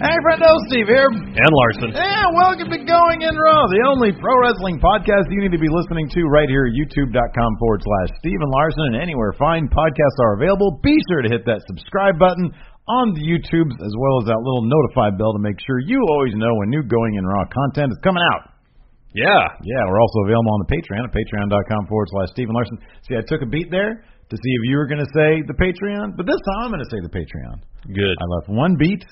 Hey, friendo, Steve here. And Larson. And welcome to Going In Raw, the only pro wrestling podcast you need to be listening to right here at youtube.com forward slash Steven Larson and anywhere fine podcasts are available. Be sure to hit that subscribe button on the YouTubes as well as that little notify bell to make sure you always know when new Going In Raw content is coming out. Yeah. Yeah, we're also available on the Patreon at patreon.com forward slash Steven Larson. See, I took a beat there to see if you were going to say the Patreon, but this time I'm going to say the Patreon. Good. I left one beat.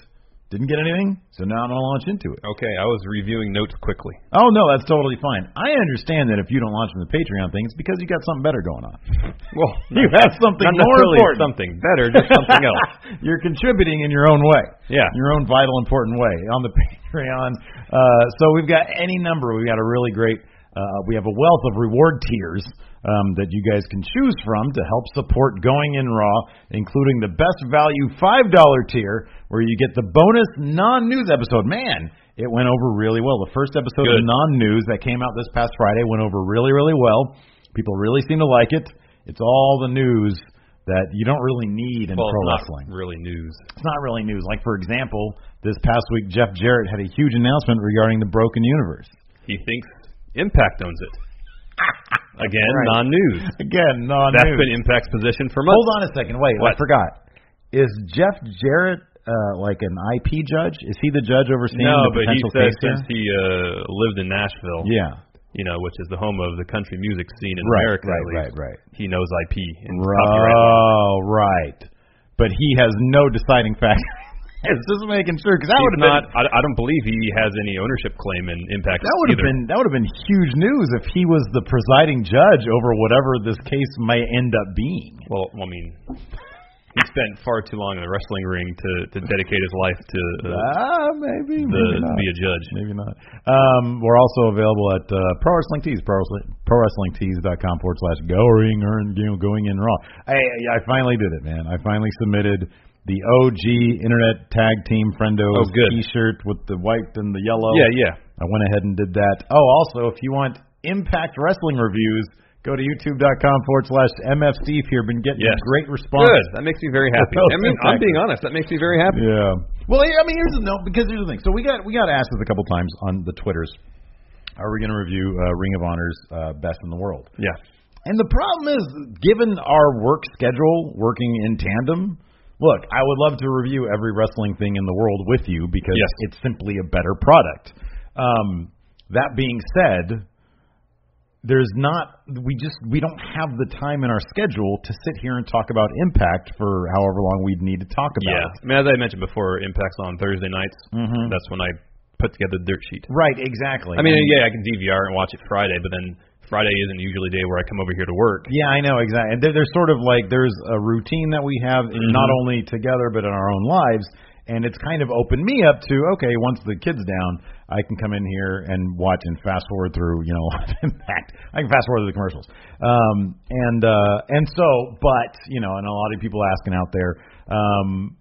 Didn't get anything, so now I'm going to launch into it. Okay, I was reviewing notes quickly. Oh no, that's totally fine. I understand that if you don't launch from the Patreon thing, it's because you got something better going on. Well, you have something not more necessarily important. something better, just something else. You're contributing in your own way. Yeah. Your own vital, important way on the Patreon. Uh, so we've got any number. We've got a really great, uh, we have a wealth of reward tiers um, that you guys can choose from to help support Going In Raw, including the best value $5 tier where you get the bonus non news episode. Man, it went over really well. The first episode of Good. non news that came out this past Friday went over really, really well. People really seem to like it. It's all the news that you don't really need in Well, pro it's not wrestling really news. it's not really news. Like for example, this past week Jeff Jarrett had a huge announcement regarding the broken universe. He thinks Impact owns it. Again, Right. non-news. Again, non That's been Impact's position for months. Hold on a second. Wait, I What? forgot. Is Jeff Jarrett uh, like an IP judge? Is he the judge overseeing No, the but he potential says case here? since he uh, lived in Nashville, Yeah. you know, which is the home of the country music scene in Right, America, right, at least, right, right. he knows IP and copyright law. Oh, right. But he has no deciding factor. it's just making sure because that would He's have been not. I, I don't believe he has any ownership claim in Impact. That would have either. been that would have been huge news if he was the presiding judge over whatever this case may end up being. Well, I mean, he spent far too long in the wrestling ring to to dedicate his life to uh, Ah, maybe. the, maybe to not. be a judge. Maybe not. Um, we're also available at uh, Pro Wrestling Tees, Pro Wrestling- Pro Wrestling Tees dot com forward slash going or you know, going in raw. I I finally did it, man. I finally submitted the OG Internet Tag Team Friendos Oh, good. T-shirt with the white and the yellow. Yeah, yeah. I went ahead and did that. Oh, also, if you want Impact Wrestling reviews, go to youtube.com forward slash MFC. If you've been getting Yes. great response. Good. That makes me very happy. Oh, I mean, I'm exactly. being honest. That makes me very happy. Yeah. Well, here- I mean, here's the no because here's the thing. So we got we got asked this a couple times on the twitters. Are we going to review uh, Ring of Honor's uh, Best in the World? Yeah. And the problem is, given our work schedule, working in tandem, look, I would love to review every wrestling thing in the world with you because Yes. it's simply a better product. Um, that being said, there's not we just we don't have the time in our schedule to sit here and talk about impact for however long we'd need to talk about Yeah. it. Mm-hmm. I mean, as I mentioned before, Impact's on Thursday nights. That's when I put together the dirt sheet. Right, exactly. I mean, yeah, I can DVR and watch it Friday, but then Friday isn't usually a day where I come over here to work. Yeah, I know exactly. And there, there's sort of like there's a routine that we have in not Mm-hmm. only together but in our own lives, and it's kind of opened me up to okay, once the kids down, I can come in here and watch and fast forward through, you know, Live Impact. I can fast forward through the commercials. Um, and uh, and so, but you know, and a lot of people asking out there. Um,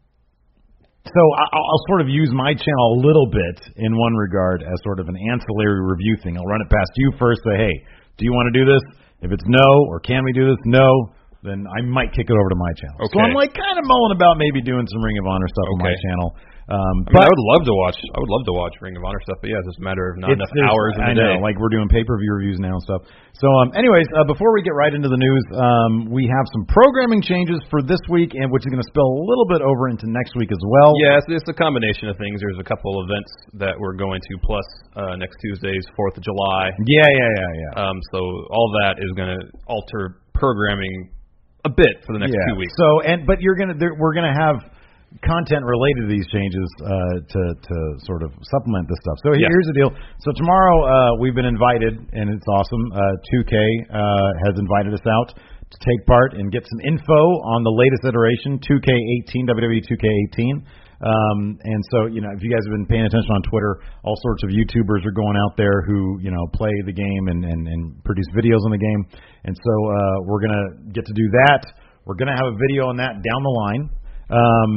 so I- I'll I'll sort of use my channel a little bit in one regard as sort of an ancillary review thing. I'll run it past you first. Say, hey, do you want to do this? If it's no, or can we do this? No, then I might kick it over to my channel. So Okay. I'm like kind of mulling about maybe doing some Ring of Honor stuff on my Okay. channel. Um, I mean, but I would love to watch. I would love to watch Ring of Honor stuff, but yeah, it's just a matter of not it's- enough there's- hours in the I know, day. like we're doing pay-per-view reviews now and stuff. So, um, anyways, uh, before we get right into the news, um, we have some programming changes for this week, and which is going to spill a little bit over into next week as well. yeah, it's, it's a combination of things. There's a couple events that we're going to, plus uh, next Tuesday's Fourth of July. yeah, yeah, yeah, yeah. Um, so all that is going to alter programming a bit for the next yeah. two weeks. So and but you're gonna there, we're gonna have content related to these changes uh, to to sort of supplement this stuff. So Yeah. here's the deal. So tomorrow uh, we've been invited and it's awesome. Uh, 2K uh, has invited us out to take part and get some info on the latest iteration 2K18 WWE 2K18. Um, and so, you know, if you guys have been paying attention on Twitter, all sorts of YouTubers are going out there who, you know, play the game and, and, and produce videos on the game. And so, uh, we're going to get to do that. We're going to have a video on that down the line. Um,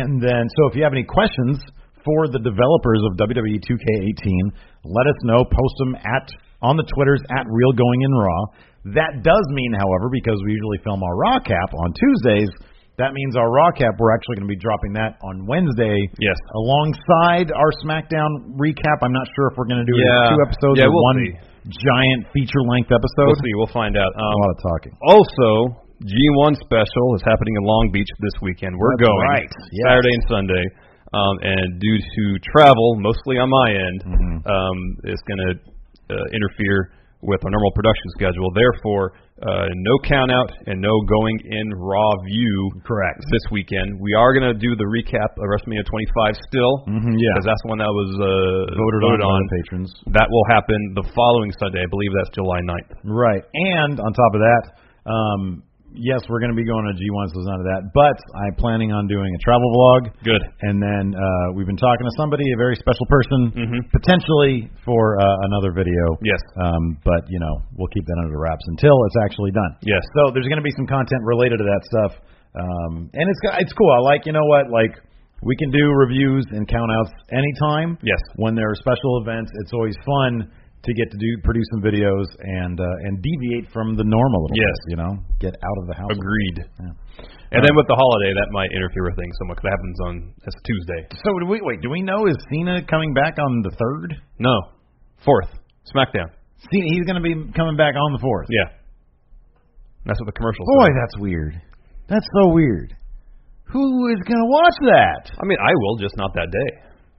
and then, so if you have any questions for the developers of E WWE 2K18, let us know. Post them at on the Twitters at Real Going In Raw. That does mean, however, because we usually film our Raw cap on Tuesdays, that means our Raw cap, we're actually going to be dropping that on Wednesday. Yes. Alongside our SmackDown recap. I'm not sure if we're going to do it in Yeah. two episodes Yeah, or we'll one see. giant feature length episode. We'll see. We'll find out. A Um, lot of talking. Also, G1 special is happening in Long Beach this weekend. We're That's going right. Yes. Saturday and Sunday. Um, and due to travel, mostly on my end, Mm-hmm. um, it's going to uh, interfere with our normal production schedule. Therefore, uh, no count out and no going in raw view. Correct. This weekend, we are going to do the recap of WrestleMania 25 still. Mhm, yeah. Because that's the one that was uh, Voted on by the patrons. That will happen the following Sunday. I believe that's July 9th. Right. And on top of that, um, yes, we're going to be going to G1, so there's none of that. But I'm planning on doing a travel vlog. Good. And then uh, we've been talking to somebody, a very special person, Mhm. potentially for uh, another video. Yes. Um, but you know, we'll keep that under wraps until it's actually done. Yes. So there's going to be some content related to that stuff, um, and it's it's cool. I like you know what like we can do reviews and count outs anytime. Yes. When there are special events, it's always fun to get to do produce some videos and uh, and deviate from the norm a little. Yes. Bit, you know, get out of the house. Agreed. Yeah. And then with the holiday, that might interfere with things somewhat because that happens on that's Tuesday. So do we wait? Do we know is Cena coming back on the third? No, fourth SmackDown. Cena, he's going to be coming back on the fourth. Yeah, that's what the commercial. Boy, said. that's weird. That's so weird. Who is going to watch that? I mean, I will just not that day.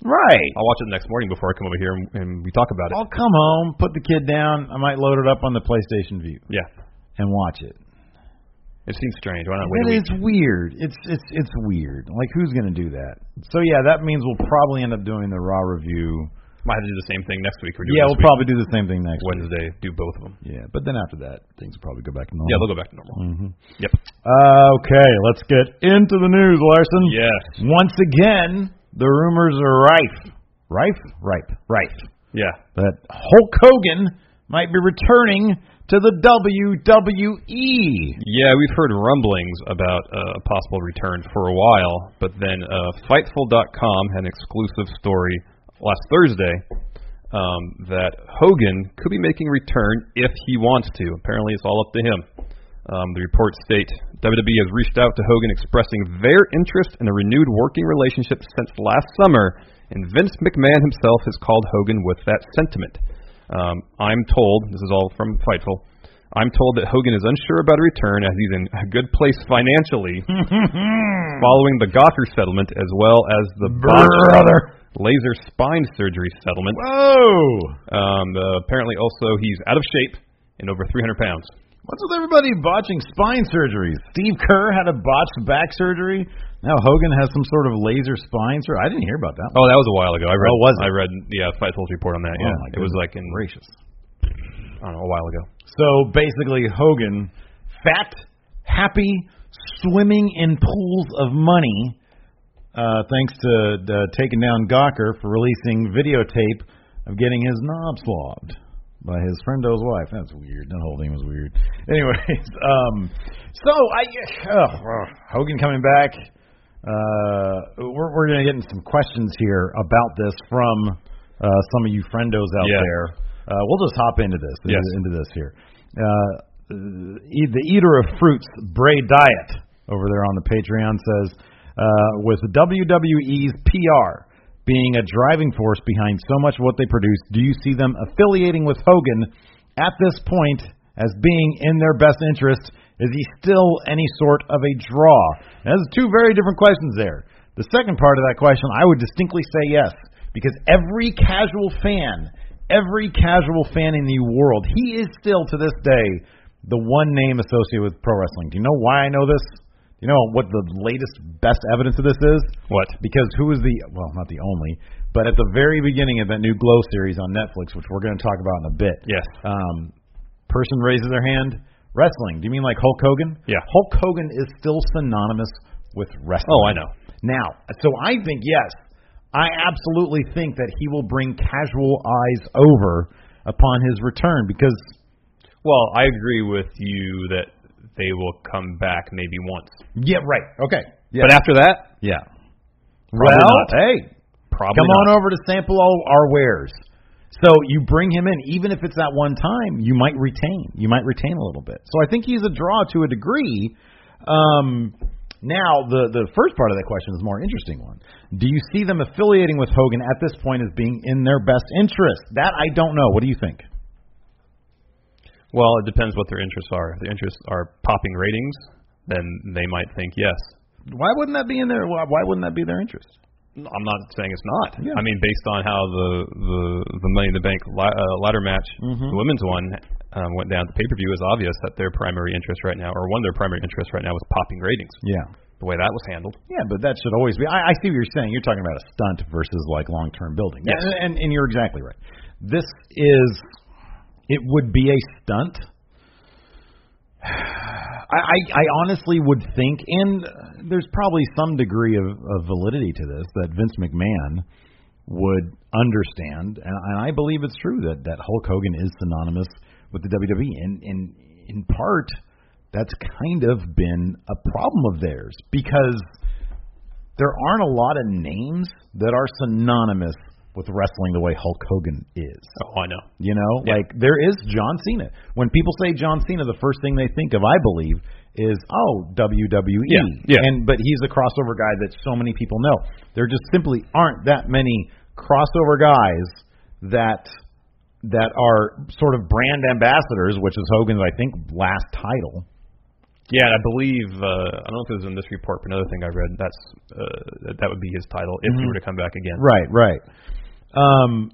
Right. I'll watch it the next morning before I come over here and, and we talk about it. I'll come home, put the kid down. I might load it up on the PlayStation View Yeah, and watch it. it seems strange. Why not wait? That a is week? weird. It's it's it's weird. Like who's going to do that? So yeah, that means we'll probably end up doing the raw review. Might have to do the same thing next week. Or do Yeah, it we'll this week. probably do the same thing next week. Wednesday do both of them. Yeah, but then after that, things will probably go back to normal. Yeah, they'll go back to normal. Mhm. Yep. Uh, okay, let's get into the news, Larson. Yes. Once again, the rumors are rife. Rife? Ripe. Rife. Yeah. That Hulk Hogan might be returning to the E. WWE. Yeah, we've heard rumblings about uh, a possible return for a while, but then uh, Fightful.com had an exclusive story last Thursday um, that Hogan could be making a return if he wants to. Apparently, it's all up to him. Um, the reports state WWE E has reached out to Hogan expressing their interest in a renewed working relationship since last summer, and Vince McMahon himself has called Hogan with that sentiment. Um, I'm told, this is all from Fightful, I'm told that Hogan is unsure about a return as he's in a good place financially following the Gawker settlement as well as the botched Brother. laser spine surgery settlement. Whoa. Oh! Um, uh, apparently, also, he's out of shape and over 300 pounds. What's with everybody botching spine surgeries? Steve Kerr had a botched back surgery. Now Hogan has some sort of laser spine surgery. I didn't hear about that. Oh, that was a while ago. I read. Oh, was it? I read. Yeah, Fightful's report on that. Oh, Yeah, my it was goodness like in gracious. I don't know a while ago. So basically, Hogan, fat, happy, swimming in pools of money, uh, thanks to uh, taking down Gawker for releasing videotape of getting his knob slobbed by his friendo's wife. That's weird. That whole thing was weird. Anyways, um, so I uh, ugh, ugh, Hogan coming back. Uh, we're we're gonna get into some questions here about this from uh, some of you friendos out Yeah. there. Uh, we'll just hop into this Yes. into this here. Uh, e- the eater of fruits, Bray Diet, over there on the Patreon says, uh, with WWE's PR being a driving force behind so much of what they produce, do you see them affiliating with Hogan at this point as being in their best interest? Is he still any sort of a draw? That's two very different questions there. The second part of that question, I would distinctly say yes, because every casual fan every casual fan in the world, he is still to this day the one name associated with pro wrestling. Do you know why I know this? Do You know what the latest best evidence of this is? What? Because who was the well, not the only, but at the very beginning of that new Glow series on Netflix, which we're going to talk about in a bit. Yes. Um, person raises their hand. Wrestling. Do you mean like Hulk Hogan? Yeah. Hulk Hogan is still synonymous with wrestling. Oh, I know. Now, so I think yes, I absolutely think that he will bring casual eyes over upon his return because Well, I agree with you that they will come back maybe once, yeah, right, okay, yeah, but after that, yeah. Probably well, not. hey, probably come not. on over to sample all our wares. So you bring him in, even if it's at one time, you might retain, you might retain a little bit. So I think he's a draw to a degree. Um, now the the first part of that question is a more interesting one. Do you see them affiliating with Hogan at this point as being in their best interest? That I don't know. What do you think? Well, it depends what their interests are. If their interests are popping ratings, then they might think yes. Why wouldn't that be in their why, why wouldn't that be their interest? I'm not saying it's not. Yeah. I mean, based on how the the the Money in the Bank la- uh, ladder match, the women's one, um, went down at the pay per view, is obvious that their primary interest right now, or one of their primary interests right now, was popping ratings. Yeah. The way that was handled. Yeah, but that should always be. I, I see what you're saying. You're talking about a stunt versus like long term building. Yes. And, and and you're exactly right. This is it would be a stunt. I, I I honestly would think, and uh, there's probably some degree of, of validity to this that Vince McMahon would understand, and, and I believe it's true that that Hulk Hogan is synonymous with the WWE, and in in part that's kind of been a problem of theirs because there aren't a lot of names that are synonymous with wrestling the way Hulk Hogan is. Oh, I know. You know, Yeah. like there is John Cena. When people say John Cena, the first thing they think of, I believe, is oh WWE. Yeah, yeah. And but he's a crossover guy that so many people know. There just simply aren't that many crossover guys that that are sort of brand ambassadors, which is Hogan's I think last title. Yeah, and I believe uh, I don't know if it was in this report, but another thing I read that's uh, that- that would be his title if he were to come back again. Right, right. Um,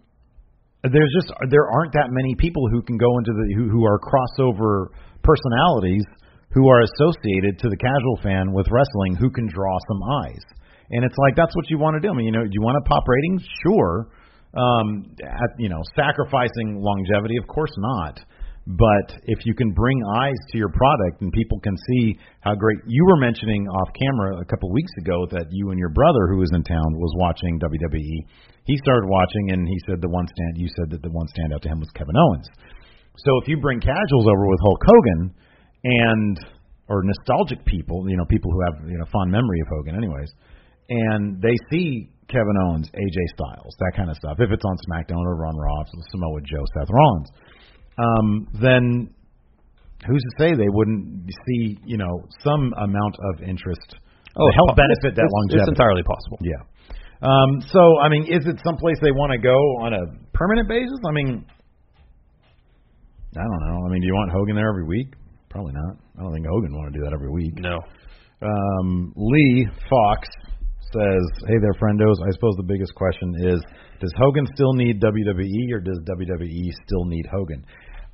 there's just there aren't that many people who can go into the who, who are crossover personalities who are associated to the casual fan with wrestling who can draw some eyes. And it's like that's what you want to do. I mean, you know, do you want to pop ratings? Sure. Um, at, you know, sacrificing longevity, of course not. But if you can bring eyes to your product and people can see how great you were mentioning off camera a couple weeks ago that you and your brother who was in town was watching WWE. He started watching and he said the one stand you said that the one standout to him was Kevin Owens. So if you bring casuals over with Hulk Hogan and or nostalgic people, you know, people who have you know fond memory of Hogan, anyways, and they see Kevin Owens, AJ Styles, that kind of stuff. If it's on SmackDown or on Raw, if it's Samoa Joe, Seth Rollins, um, then who's to say they wouldn't see you know some amount of interest? to help benefit that Oh, it's, longevity. It's entirely possible. Yeah. Um, so, I mean, is it someplace they want to go on a permanent basis? I mean, I don't know. I mean, do you want Hogan there every week? Probably not. I don't think Hogan want to do that every week. No. Um, Lee Fox says, "Hey there, friendos. I suppose the biggest E question is, does Hogan still need WWE, or does WWE still need Hogan?"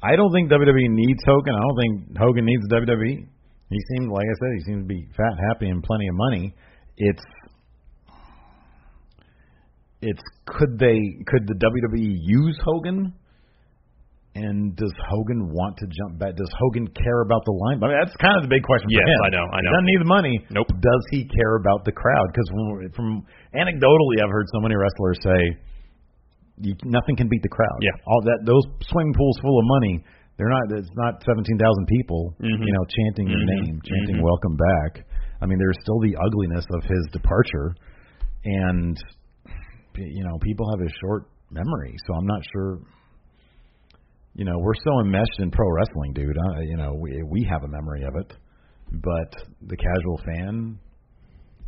I don't think WWE needs Hogan. I don't think Hogan needs WWE. He seemed, like I said, he seems to be fat, happy, and plenty of money. It's it's could they could the WWE use Hogan? And does Hogan want to jump back? Does Hogan care about the line? I mean, that's kind of the big question. Yes, for him. I know, He I know. doesn't need the money. Nope. Does he care about the crowd? Because from, from anecdotally, I've heard so many wrestlers say, you, nothing can beat the crowd. Yeah. all that those swimming pools full of money. They're not. It's not seventeen thousand people. Mm-hmm. You know, chanting your name, chanting "Welcome back." I mean, there's still the ugliness of his departure, and you know, people have a short memory, so I'm not sure. You know, we're so enmeshed in pro wrestling, dude. I, you know, we we have a memory of it, but the casual fan,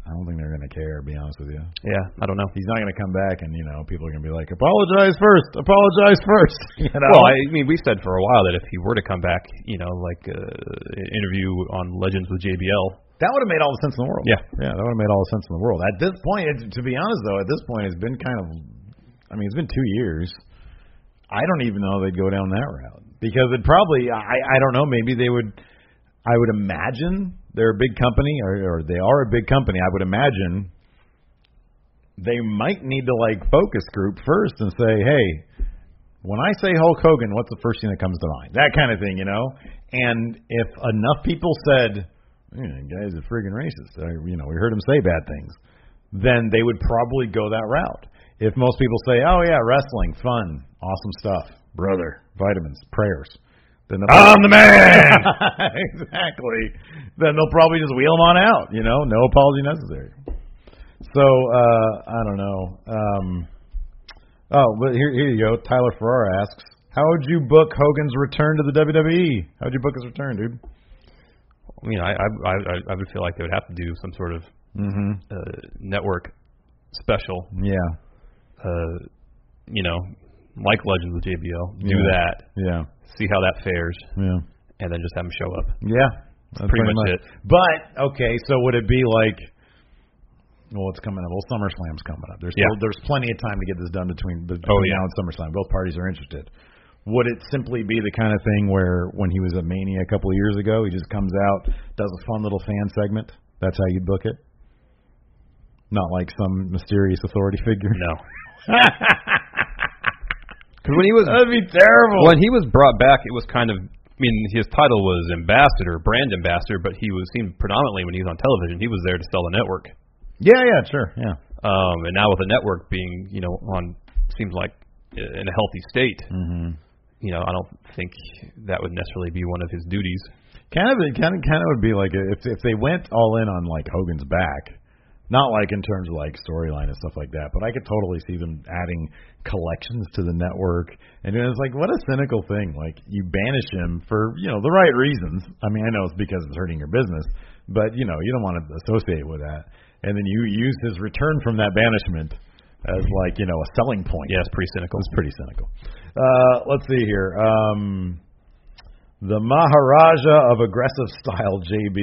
I don't think they're gonna care. To be honest with you. Yeah, I don't know. He's not going to come back, and you know people are going to be like, apologize first, apologize first. You know, Well, I mean, we said for a while that if he were to come back, you know, like uh, an interview on Legends with JBL, that would have made all the sense in the world. Yeah. yeah, that would have made all the sense in the world. At this point, it's, to be honest though, at this point, it's been kind of, I mean, it's been two years. I don't even know they'd go down that route because it probably, I, I don't know, maybe they would. I would imagine they're a big company, or, or they are a big company. I would imagine they might need to like focus group first and say, hey, when I say Hulk Hogan, what's the first thing that comes to mind? That kind of thing, you know. And if enough people said, "Man, that guy's a friggin' racist," or, you know, we heard him say bad things, then they would probably go that route. If most people say, "Oh yeah, wrestling, fun, awesome stuff, brother, vitamins, prayers," then they'll I'm the man. exactly. Then they'll probably just wheel him on out. You know, no apology necessary. So uh, I don't know. Um, oh, but here, here you go. Tyler Ferrara asks, "How would you book Hogan's return to the WWE? How would you book his return, dude?" I mean, I I I, I would feel like they would have to do some sort of uh, network special, Mm-hmm. Yeah, uh, you know, like Legends with JBL. Do Yeah. that, yeah, see how that fares, yeah, and then just have him show up. yeah. That's pretty much it. But okay, so would it be like? Well, it's coming up. Well, SummerSlam's coming up. There's Yeah. still, there's plenty of time to get this done between between Oh, yeah. now and SummerSlam. Both parties are interested. Would it simply be the kind of thing where when he was at Mania a couple of years ago, he just comes out, does a fun little fan segment? That's how you'd book it. Not like some mysterious authority figure. No, because when he was That'd be terrible. when he was brought back, it was kind of. I mean, his title was ambassador, brand ambassador, but he was seen predominantly when he was on television. He was there to sell the network. Yeah, yeah, sure, yeah. Um, and now with the network being, you know, on seems like in a healthy state, you know, I don't think that would necessarily be one of his duties. Kind of, it kind of, kind of would be like if if they went all in on like Hogan's back, not like in terms of like storyline and stuff like that, but I could totally see them adding collections to the network. And it's like, what a cynical thing! Like you banish him for you know the right reasons. I mean, I know it's because it's hurting your business, but you know you don't want to associate with that. And then you use his return from that banishment as like you know a selling point. Yeah, it's pretty cynical. It's pretty cynical. Uh, let's see here. Um, the Maharaja of Aggressive Style, JB,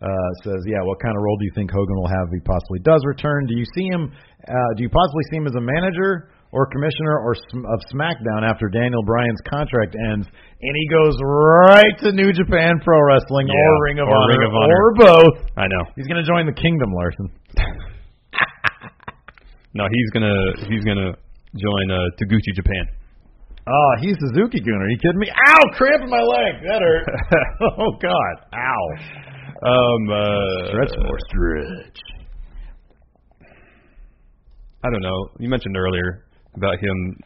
uh, says, "Yeah, what kind of role do you think Hogan will have if he possibly does return? Do you see him? Uh, do you possibly see him as a manager or commissioner or sm- of SmackDown after Daniel Bryan's contract ends, and he goes right to New Japan Pro Wrestling or Yeah, Ring of or Honor Ring of Honor. or both? I know. He's going to join the Kingdom, Larson. No, he's gonna he's gonna join uh, Taguchi Japan. Oh, he's Suzuki Goon. Are you kidding me? Ow, cramp in my leg. That hurt. oh God. Ow. Um, uh, stretch. I don't know. You mentioned earlier about him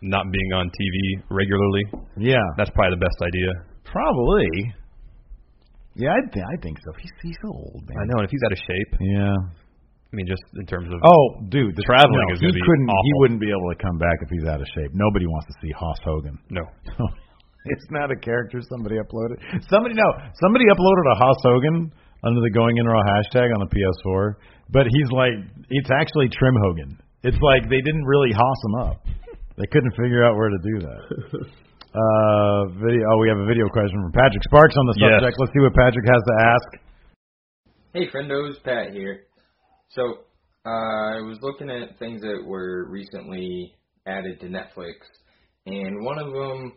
not being on TV regularly. Yeah, That's probably the best idea. probably. Yeah, I, th- I think so. He's he's so old, man. I know, and if he's out of shape, Yeah. I mean, just in terms of Oh, dude, the Traveling no, is he gonna be couldn't. He awful. wouldn't be able to come back if he's out of shape. Nobody wants to see Hoss Hogan. no, it's not a character somebody uploaded. Somebody no, somebody uploaded a Haas Hogan under the Going In Raw hashtag on the PS4, but he's like, it's actually Trim Hogan. It's like they didn't really Haas him up. They couldn't figure out where to do that. Uh, video. Oh, we have a video question from Patrick Sparks on the Yes. subject. Let's see what Patrick has to ask. Hey, friendos, Pat here. So, uh, I was looking at things that were recently added to Netflix, and one of them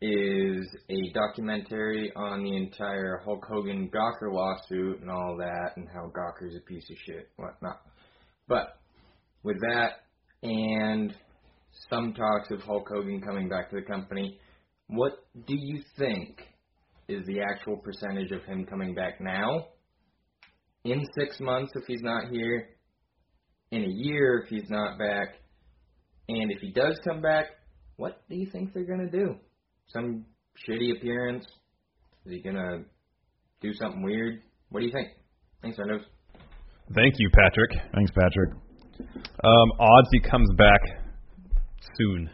is a documentary on the entire Hulk Hogan Gawker lawsuit and all that, and how Gawker's a piece of shit, and whatnot. But with that and some talks of Hulk Hogan coming back to the company, what do you think is the actual percentage of him coming back now? In six months, if he's not here, in a year, if he's not back, and if he does come back, what do you think they're gonna do? Some shitty appearance? Is he gonna do something weird? What do you think? Thanks, Rendos. Thank you, Patrick. Thanks, Patrick. Um, odds he comes back soon.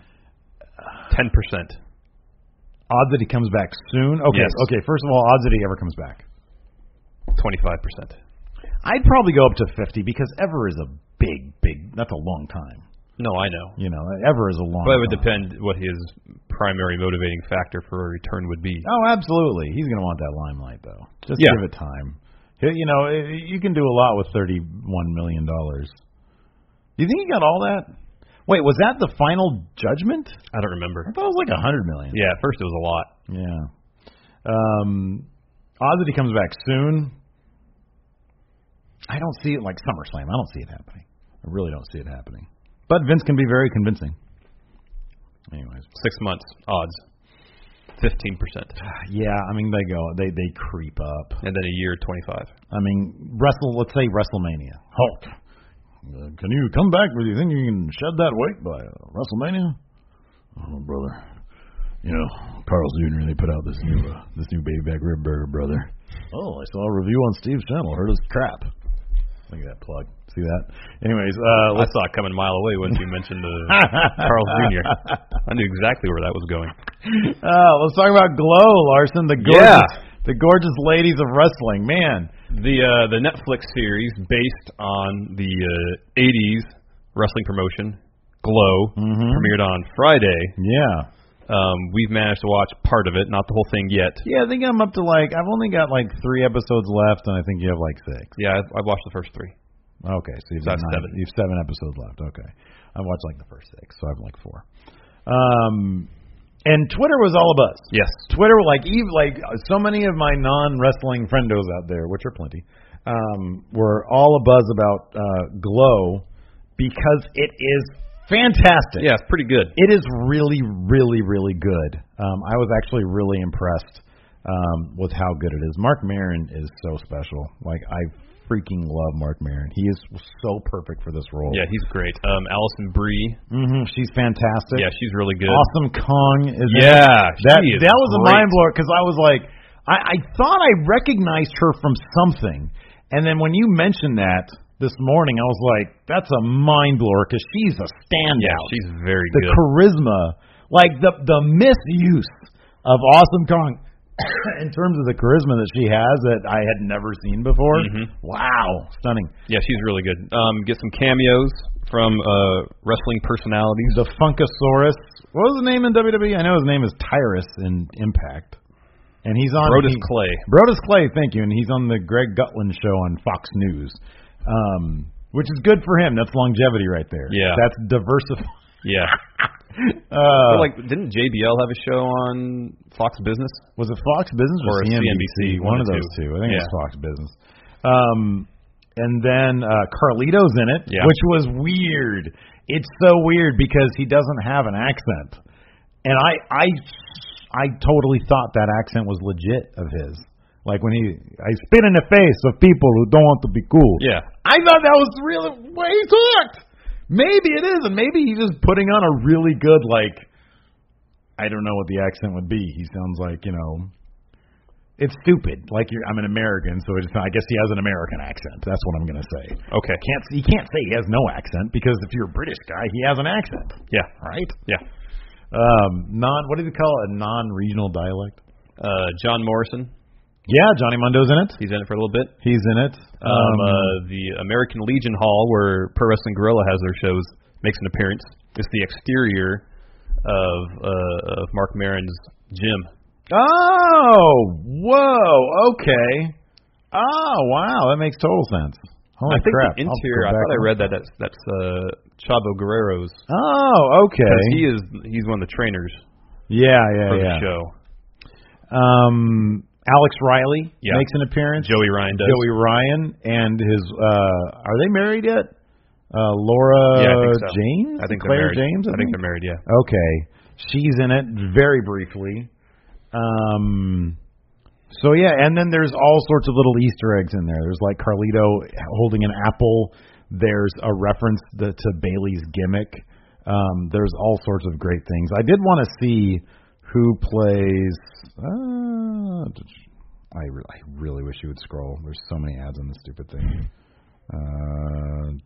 Ten percent. Odds that he comes back soon. Okay, Yes. okay. First of all, odds that he ever comes back. Twenty-five percent. I'd probably go up to fifty because ever is a big, big. That's a long time. No, I know. You know, ever is a long. But it would time. depend what his primary motivating factor for a return would be. Oh, absolutely. He's going to want that limelight, though. Just Yeah. give it time. He- You know, i- you can do a lot with thirty-one million dollars. You think he got all that? Wait, was that the final judgment? I don't I remember. thought it was like a hundred million. Yeah, at first it was a lot. Yeah. Um, odds that he comes back soon. I don't see it like SummerSlam. I don't see it happening. I really don't see it happening. But Vince can be very convincing. Anyways, Six months odds. Fifteen percent. yeah, I mean they go, they they creep up. And then a year twenty-five. I mean, wrestle. Let's say WrestleMania. Hulk, uh, can you come back? Do you think you can shed that weight by uh, WrestleMania? Oh, brother. You know, Carl Jr. They put out this new uh, this new baby back rib burger, brother. Oh, I saw a review on Steve's channel. Heard it's crap. Look at that plug. See that? Anyways, uh, I let's. saw it coming a mile away once you mentioned the Carl Jr. I knew exactly where that was going. Uh, let's talk about Glow Larson, the gorgeous, the gorgeous ladies of wrestling. Man, The uh, the Netflix series based on the uh, '80s wrestling promotion Glow Mm-hmm. premiered on Friday. yeah. Um, we've managed to watch part of it, not the whole thing yet. Yeah, I think I'm up to like I've only got like three episodes left, and I think you have like six. Yeah, I've, I've watched the first three. Okay, so you've So got that's nine, seven. you've seven episodes left. Okay, I watched like the first six, so I have like four. Um, and Twitter was all a buzz. Yes. Twitter, like Eve, like uh, so many of my non-wrestling friendos out there, which are plenty, um, were all a buzz about uh, Glow because it is fantastic. Yeah, it's pretty good. It is really, really, really good. Um, I was actually really impressed um, with how good it is. Mark Maron is so special. Like I freaking love Mark Maron. He is so perfect for this role. Yeah, he's great. Um, Allison Brie. hmm she's fantastic. Yeah, she's really good. awesome. Kong is in it. Yeah, that she is that was a great. mind blower because I was like, I, I thought I recognized her from something, and then when you mentioned that this morning, I was like, that's a mind blower because she's a standout Yeah, she's very the good. charisma, like the the misuse of Awesome Kong in terms of the charisma that she has that I had never seen before. Mm-hmm. Wow, stunning. yeah, she's really good. Um, get some cameos from uh, wrestling personalities. The Funkasaurus. What was his name in WWE? I know his name is Tyrus in Impact, and he's on Brodus he- Clay. Brodus Clay, thank you, and he's on the Greg Gutland show on Fox News, um, which is good for him. That's longevity right there. Yeah. that's diversifying. Yeah. Uh, But, like, didn't JBL have a show on Fox Business? Was it Fox Business or, Or CNBC? CNBC, One, one of of those two. two. I think it was Yeah. Fox Business. Um, and then uh, Carlito's in it, Yeah. which was weird. It's so weird because he doesn't have an accent, and I I I totally thought that accent was legit of his. Like when he I spit in the face of people who don't want to be cool. Yeah. I thought that was really way he talked. Maybe it is, and maybe he's just putting on a really good like. I don't know what the accent would be. He sounds like you know. It's stupid. Like you're, I'm an American, so it's, I guess he has an American accent. That's what I'm gonna say. Okay. Can't he can't say he has no accent because if you're a British guy, he has an accent, Yeah. right? Yeah. Um, non what do you call it? A non-regional dialect? Uh, John Morrison. Yeah, Johnny Mundo's in it. He's in it for a little bit. He's in it. Um, uh, the American Legion Hall, where Pro Wrestling Gorilla has their shows, makes an appearance. It's the exterior of uh, of Mark Maron's gym. Oh, whoa, okay. Oh, wow, that makes total sense. Holy I think crap! the I'll interior. go I back thought I and- read that that's that's uh, Chavo Guerrero's. Oh, 'Cause okay. He is he's one of the trainers. Yeah, yeah, for yeah. the show. Um, Alex Riley Yeah. makes an appearance. Joey Ryan does. Joey Ryan and his uh are they married yet? Uh Laura yeah, I think so. James? I think Claire they're married. James. I think they're married. Yeah. Okay. She's in it very briefly. Um so yeah, and then there's all sorts of little Easter eggs in there. There's like Carlito holding an apple. There's a reference to, to Bailey's gimmick. Um, there's all sorts of great things. I did want to see who plays. Uh, I, re- I really wish you would scroll. There's so many ads on this stupid thing. Uh,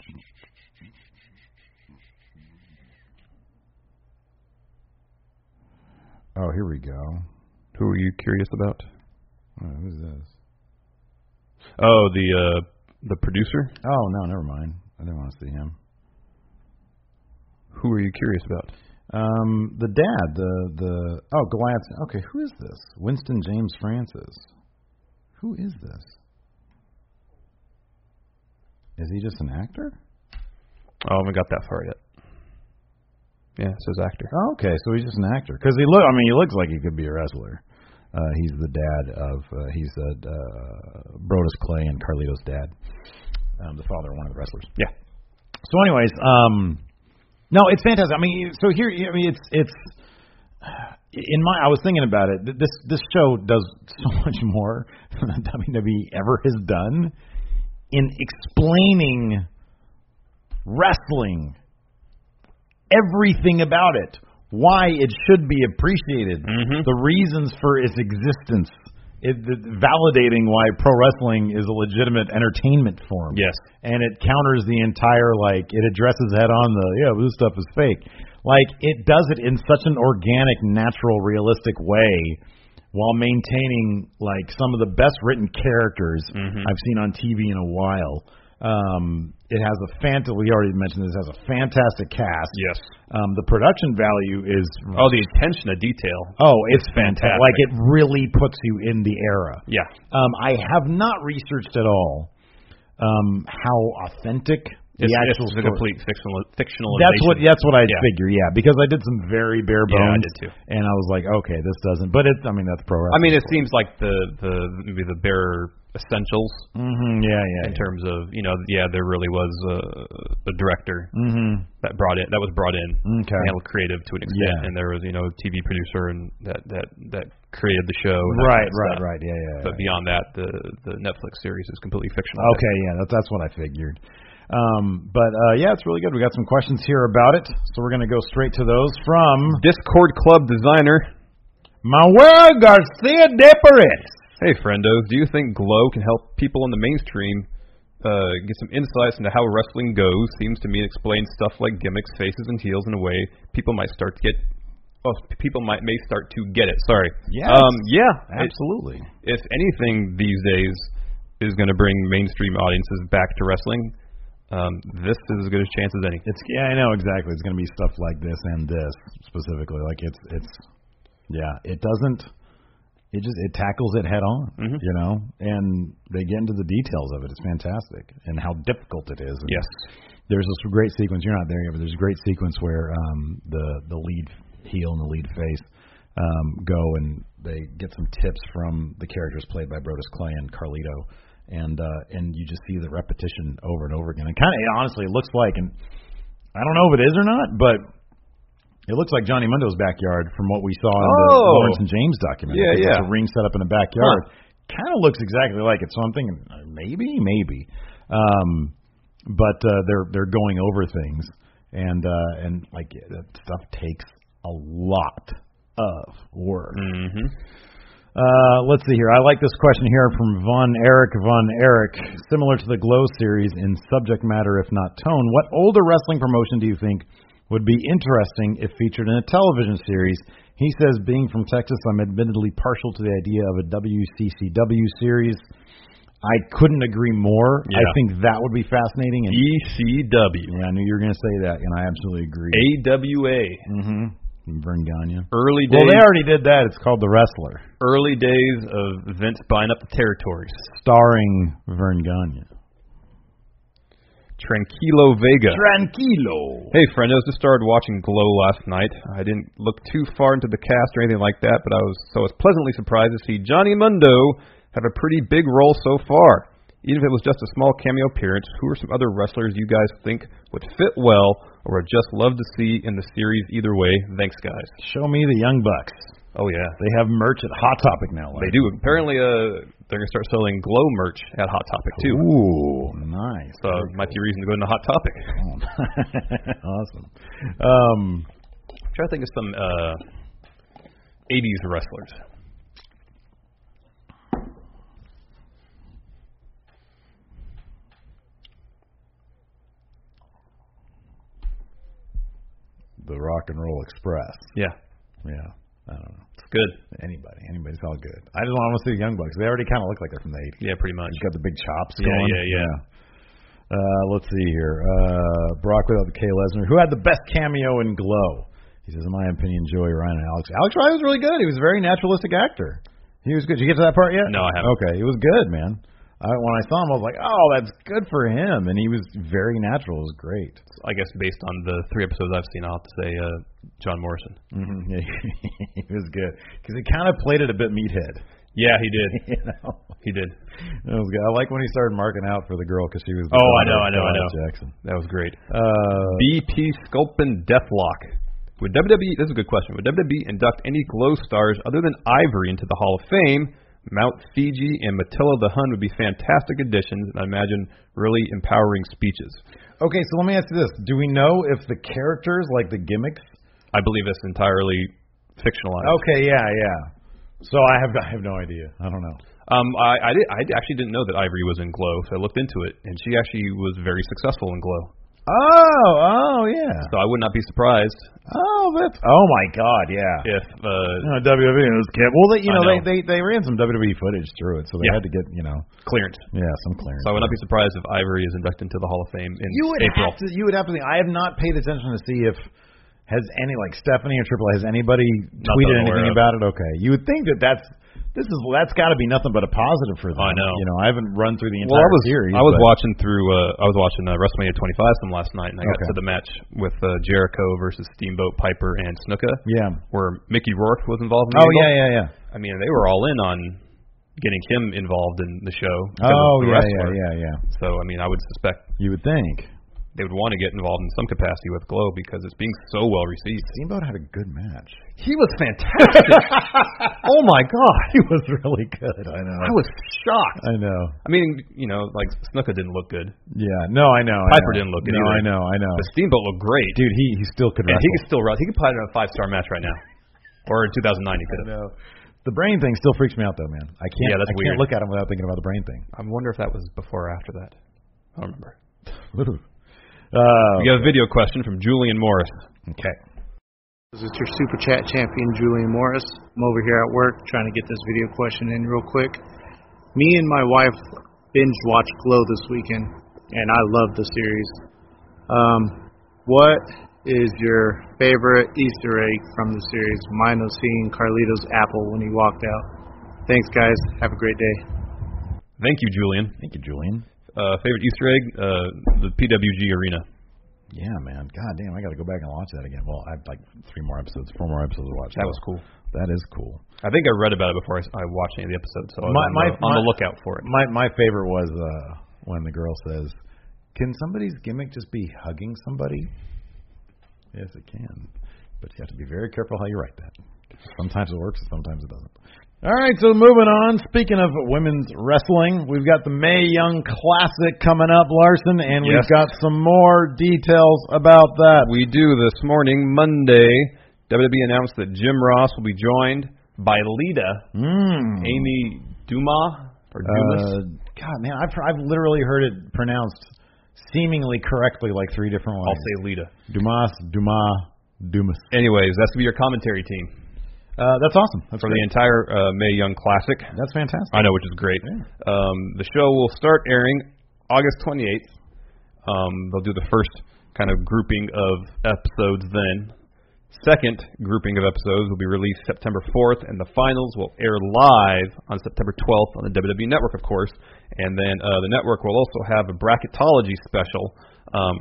oh, here we go. Who are you curious about? Oh, who's this? Oh, the uh the producer. Oh no, never mind. I didn't want to see him. Who are you curious about? Um, the dad, the the oh Goliath. Okay, who is this? Winston James Francis. Who is this? Is he just an actor? Oh, I haven't got that far yet. Yeah, it says actor. Oh, okay, so he's just an actor because he look. I mean, he looks like he could be a wrestler. Uh, he's the dad of uh, he's uh, uh, Brodus Clay and Carlito's dad, um, the father of one of the wrestlers. Yeah. So, anyways, um, no, it's fantastic. I mean, so here, I mean, it's it's in my. I was thinking about it. Th- This this show does so much more than WWE ever has done in explaining wrestling, everything about it, why it should be appreciated, Mhm. the reasons for its existence. It, th- validating why pro wrestling is a legitimate entertainment form Yes. and it counters the entire like it addresses head on the yeah but this stuff is fake like it does it in such an organic natural realistic way while maintaining like some of the best written characters Mm-hmm. I've seen on TV in a while um it has a fant we already mentioned this has a fantastic cast Yes. um the production value is Oh, the attention to detail. oh it's fantastic. like it really puts you in the era Yeah. um, I have not researched at all um, how authentic the It's, actual it's story. a complete fictional fictionalization. That's what that's what I Yeah. figure, yeah, because I did some very bare bones, Yeah, I did too. and I was like, okay, this doesn't. But it, I mean, that's pro. I mean, it seems like the the maybe the bare essentials mm-hmm, yeah, yeah, in terms of you know yeah there really was uh, a, a director mm-hmm, that brought it that was brought in Okay. handled creative to an extent Yeah. and there was you know a TV producer and that that that created the show and that right, kind of right, stuff. right, yeah, yeah. but yeah. beyond that the the Netflix series is completely fictional Okay, yeah, that's that's what I figured. Um, but uh, yeah, it's really good. We got some questions here about it, so we're gonna go straight to those from Discord Club designer Manuel Garcia de Perez. Hey, friendos, do you think Glow can help people in the mainstream uh, get some insights into how wrestling goes? Seems to me it explains stuff like gimmicks, faces, and heels in a way people might start to get. Oh, people might may start to get it. Sorry. Yes. Um, yeah. It- Absolutely. if anything these days is going to bring mainstream audiences back to wrestling, um, this is as good a chance as any. It's yeah, I know exactly. It's going to be stuff like this and this specifically. Like it's it's yeah, it doesn't. It just it tackles it head on, Mhm. you know, and they get into the details of it. It's fantastic and how difficult it is. And Yes. there's this great sequence. You're not there yet, but there's a great sequence where um, the the lead heel and the lead face um, go and they get some tips from the characters played by Brodus Clay and Carlito, and uh, and you just see the repetition over and over again. And kind of it honestly looks like, and I don't know if it is or not, but it looks like Johnny Mundo's backyard from what we saw in the Oh. Lawrence and James documentary. Yeah, 'cause it's yeah. a ring set up in the backyard. Kind of looks exactly like it. So I'm thinking uh, maybe, maybe. Um, but uh, they're they're going over things, and uh, and like that stuff takes a lot of work. Mm-hmm. Uh, let's see here. I like this question here from Von Eric. Von Eric, similar to the Glow series in subject matter, if not tone, what older wrestling promotion do you think would be interesting if featured in a television series? He says, being from Texas, I'm admittedly partial to the idea of a WCCW series. I couldn't agree more. I Yeah. think that would be fascinating. And ECW, yeah, I knew you were going to say that, and I absolutely agree. AWA, Mm-hmm. Vern Gagne. early days, Well, they already did that. It's called The Wrestler, early days of Vince buying up the territories. starring Vern Gagne. Tranquilo Vega. Tranquilo. Hey, friend, I just started watching Glow last night. I didn't look too far into the cast or anything like that, but I was so I was pleasantly surprised to see Johnny Mundo have a pretty big role so far. Even if it was just a small cameo appearance, who are some other wrestlers you guys think would fit well or would just love to see in the series either way? Thanks, guys. Show me the Young Bucks. Oh, yeah. They have merch at Hot Topic now. They do. Apparently, uh, they're going to start selling Glow merch at Hot Topic, too. Uh, Ooh, nice. So, might be a reason to go into Hot Topic. awesome. Um, I'm trying to think of some uh, 80s wrestlers. the Rock and Roll Express. Yeah, Yeah, I don't know. it's good. Anybody, anybody's all good. I just want to see the Young Bucks. They already kind of look like they're from the 80s. Yeah, pretty much. He's Uh, got the big chops Yeah, going. yeah, yeah. Uh, let's see here. Uh, Brock without the K Lesnar, who had the best cameo in Glow. He says, in my opinion, Joey Ryan and Alex. Alex Ryan was really good. He was a very naturalistic actor. He was good. Did you get to that part yet? No, I haven't. Okay, he was good, man. I, when I saw him, I was like, oh, that's good for him. And he was very natural. It was great. I guess based on the three episodes I've seen, I'll have to say uh, John Morrison. Mm-hmm. Yeah, he was good because he kind of played it a bit meathead. Yeah, he did. You know, He did. it was good. I like when he started marking out for the girl because she was. Oh, I know, I know, I Janet know. Jackson. That was great. Uh, BP Sculpin Deathlock. Would WWE? This is a good question. Would WWE induct any Glow stars other than Ivory into the Hall of Fame? Mount Fiji and Matilda the Hun would be fantastic additions, and I imagine really empowering speeches. okay, so let me ask you this: Do we know if the characters, like the gimmicks? I believe it's entirely fictionalized. Okay, yeah, yeah. So I have I have no idea. I don't know. Um, I I, did, I actually didn't know that Ivory was in Glow, so I looked into it, and she actually was very successful in Glow. Oh, oh yeah. So I would not be surprised Oh, that's. Oh my God, yeah. if uh, Uh, WWE was kept. Well, they, you I know, know. they they they ran some WWE footage through it, so they had Yeah. to get you know, clearance. yeah, some clearance. So I would not be surprised if Ivory is inducted into the Hall of Fame in You would April. have to. You would have to. Think, I have not paid attention to see if has any like Stephanie or Triple has anybody tweeted I'm anything aware of. about it. Okay, you would think that that's this is that's got to be nothing but a positive for them. I know. You know, I haven't run through the entire well, I was series. I was but- watching through uh, I was watching uh, WrestleMania 25 some last night, and I Okay. got to the match with uh, Jericho versus Steamboat Piper and Snuka, Yeah. where Mickey Rourke was involved. In Oh the angle. yeah, yeah, yeah. I mean, they were all in on getting him involved in the show. because of Oh yeah, the yeah, wrestler. yeah, yeah. So I mean, I would suspect You would think they would want to get involved in some capacity with Glow because it's being so well received. Steamboat had a good match. He was fantastic. oh my god, He was really good. I know. I was shocked. I know. I mean, you know, like Snuka didn't look good, Yeah. No, I know. I Piper know. didn't look good No, I either. know. I know. but Steamboat looked great. Dude, he he still could and wrestle. he could still wrestle. He could probably have a five star match right now, or in 2009 he could have. No. The brain thing still freaks me out though, man. I can't. Yeah, that's I can't weird. look at him without thinking about the brain thing. I wonder if that was before or after that. I don't remember. Ooh. Uh, We got a video question from Julian Morris. okay. This is your Super Chat champion, Julian Morris. I'm over here at work trying to get this video question in real quick. Me and my wife binge watched Glow this weekend, and I love the series. Um, what is your favorite Easter egg from the series? Mine was seeing Carlito's apple when he walked out. Thanks, guys. Have a great day. Thank you, Julian. Thank you, Julian. Uh, favorite Easter egg? Uh, the PWG Arena. Yeah, man. God damn, I got to go back and watch that again. Well, I've like three more episodes, four more episodes to watch. That was cool. That is cool. I think I read about it before I, s- I watched any of the episodes, so I was My- on, my- the, on my- the lookout for it. My my favorite was uh when the girl says, "Can somebody's gimmick just be hugging somebody?" Yes, it can, but you have to be very careful how you write that. Sometimes it works, sometimes it doesn't. All right, so moving on. Speaking of women's wrestling, we've got the May Young Classic coming up, Larson, and Yes. we've got some more details about that. We do this morning, Monday. WWE announced that Jim Ross will be joined by Lita, Mm. Amy Duma, or Dumas. Uh, God, man, I've I've literally heard it pronounced seemingly correctly like three different ways. I'll say Lita. Dumas, Dumas, Dumas. Anyways, that's gonna be your commentary team Uh, that's awesome. That's for the great. entire uh, May Young Classic. That's fantastic. I know, which is great. Yeah. Um, the show will start airing August 28th. Um, they'll do the first kind of grouping of episodes then. second grouping of episodes will be released September 4th, and the finals will air live on September 12th on the WWE Network, of course. And then uh, the network will also have a bracketology special um,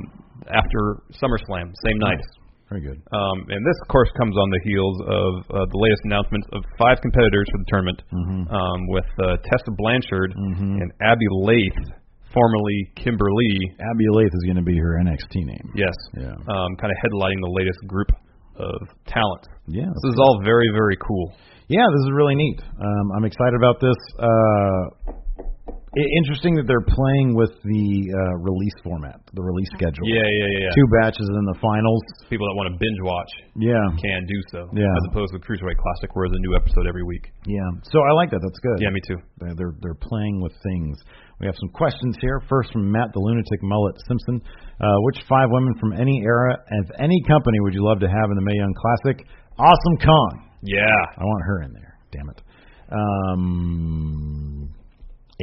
after SummerSlam, same night. Very good. Um, and this, of course, comes on the heels of uh, the latest announcements of five competitors for the tournament, um, with uh, Tessa Blanchard and Abby Lath, formerly Kimberly, Abby Lath is going to be her NXT name. yes, Yeah. um, kind of headlining the latest group of talent. Yeah. This is all very, very cool. Yeah, this is really neat. Um, I'm excited about this. Uh, i- interesting that they're playing with the uh, release format, the release schedule. Yeah, yeah, yeah. yeah. Two batches in the finals. People that want to binge watch Yeah. can do so, Yeah. as opposed to the Cruiserweight Classic, where there's a new episode every week. Yeah. So I like that. That's good. Yeah, me too. They're, they're they're playing with things. We have some questions here. First from Matt the Lunatic Mullet Simpson. Uh, which five women from any era of any company would you love to have in the Mae Young Classic? Awesome Kong. Yeah, I want her in there. Damn it. Um,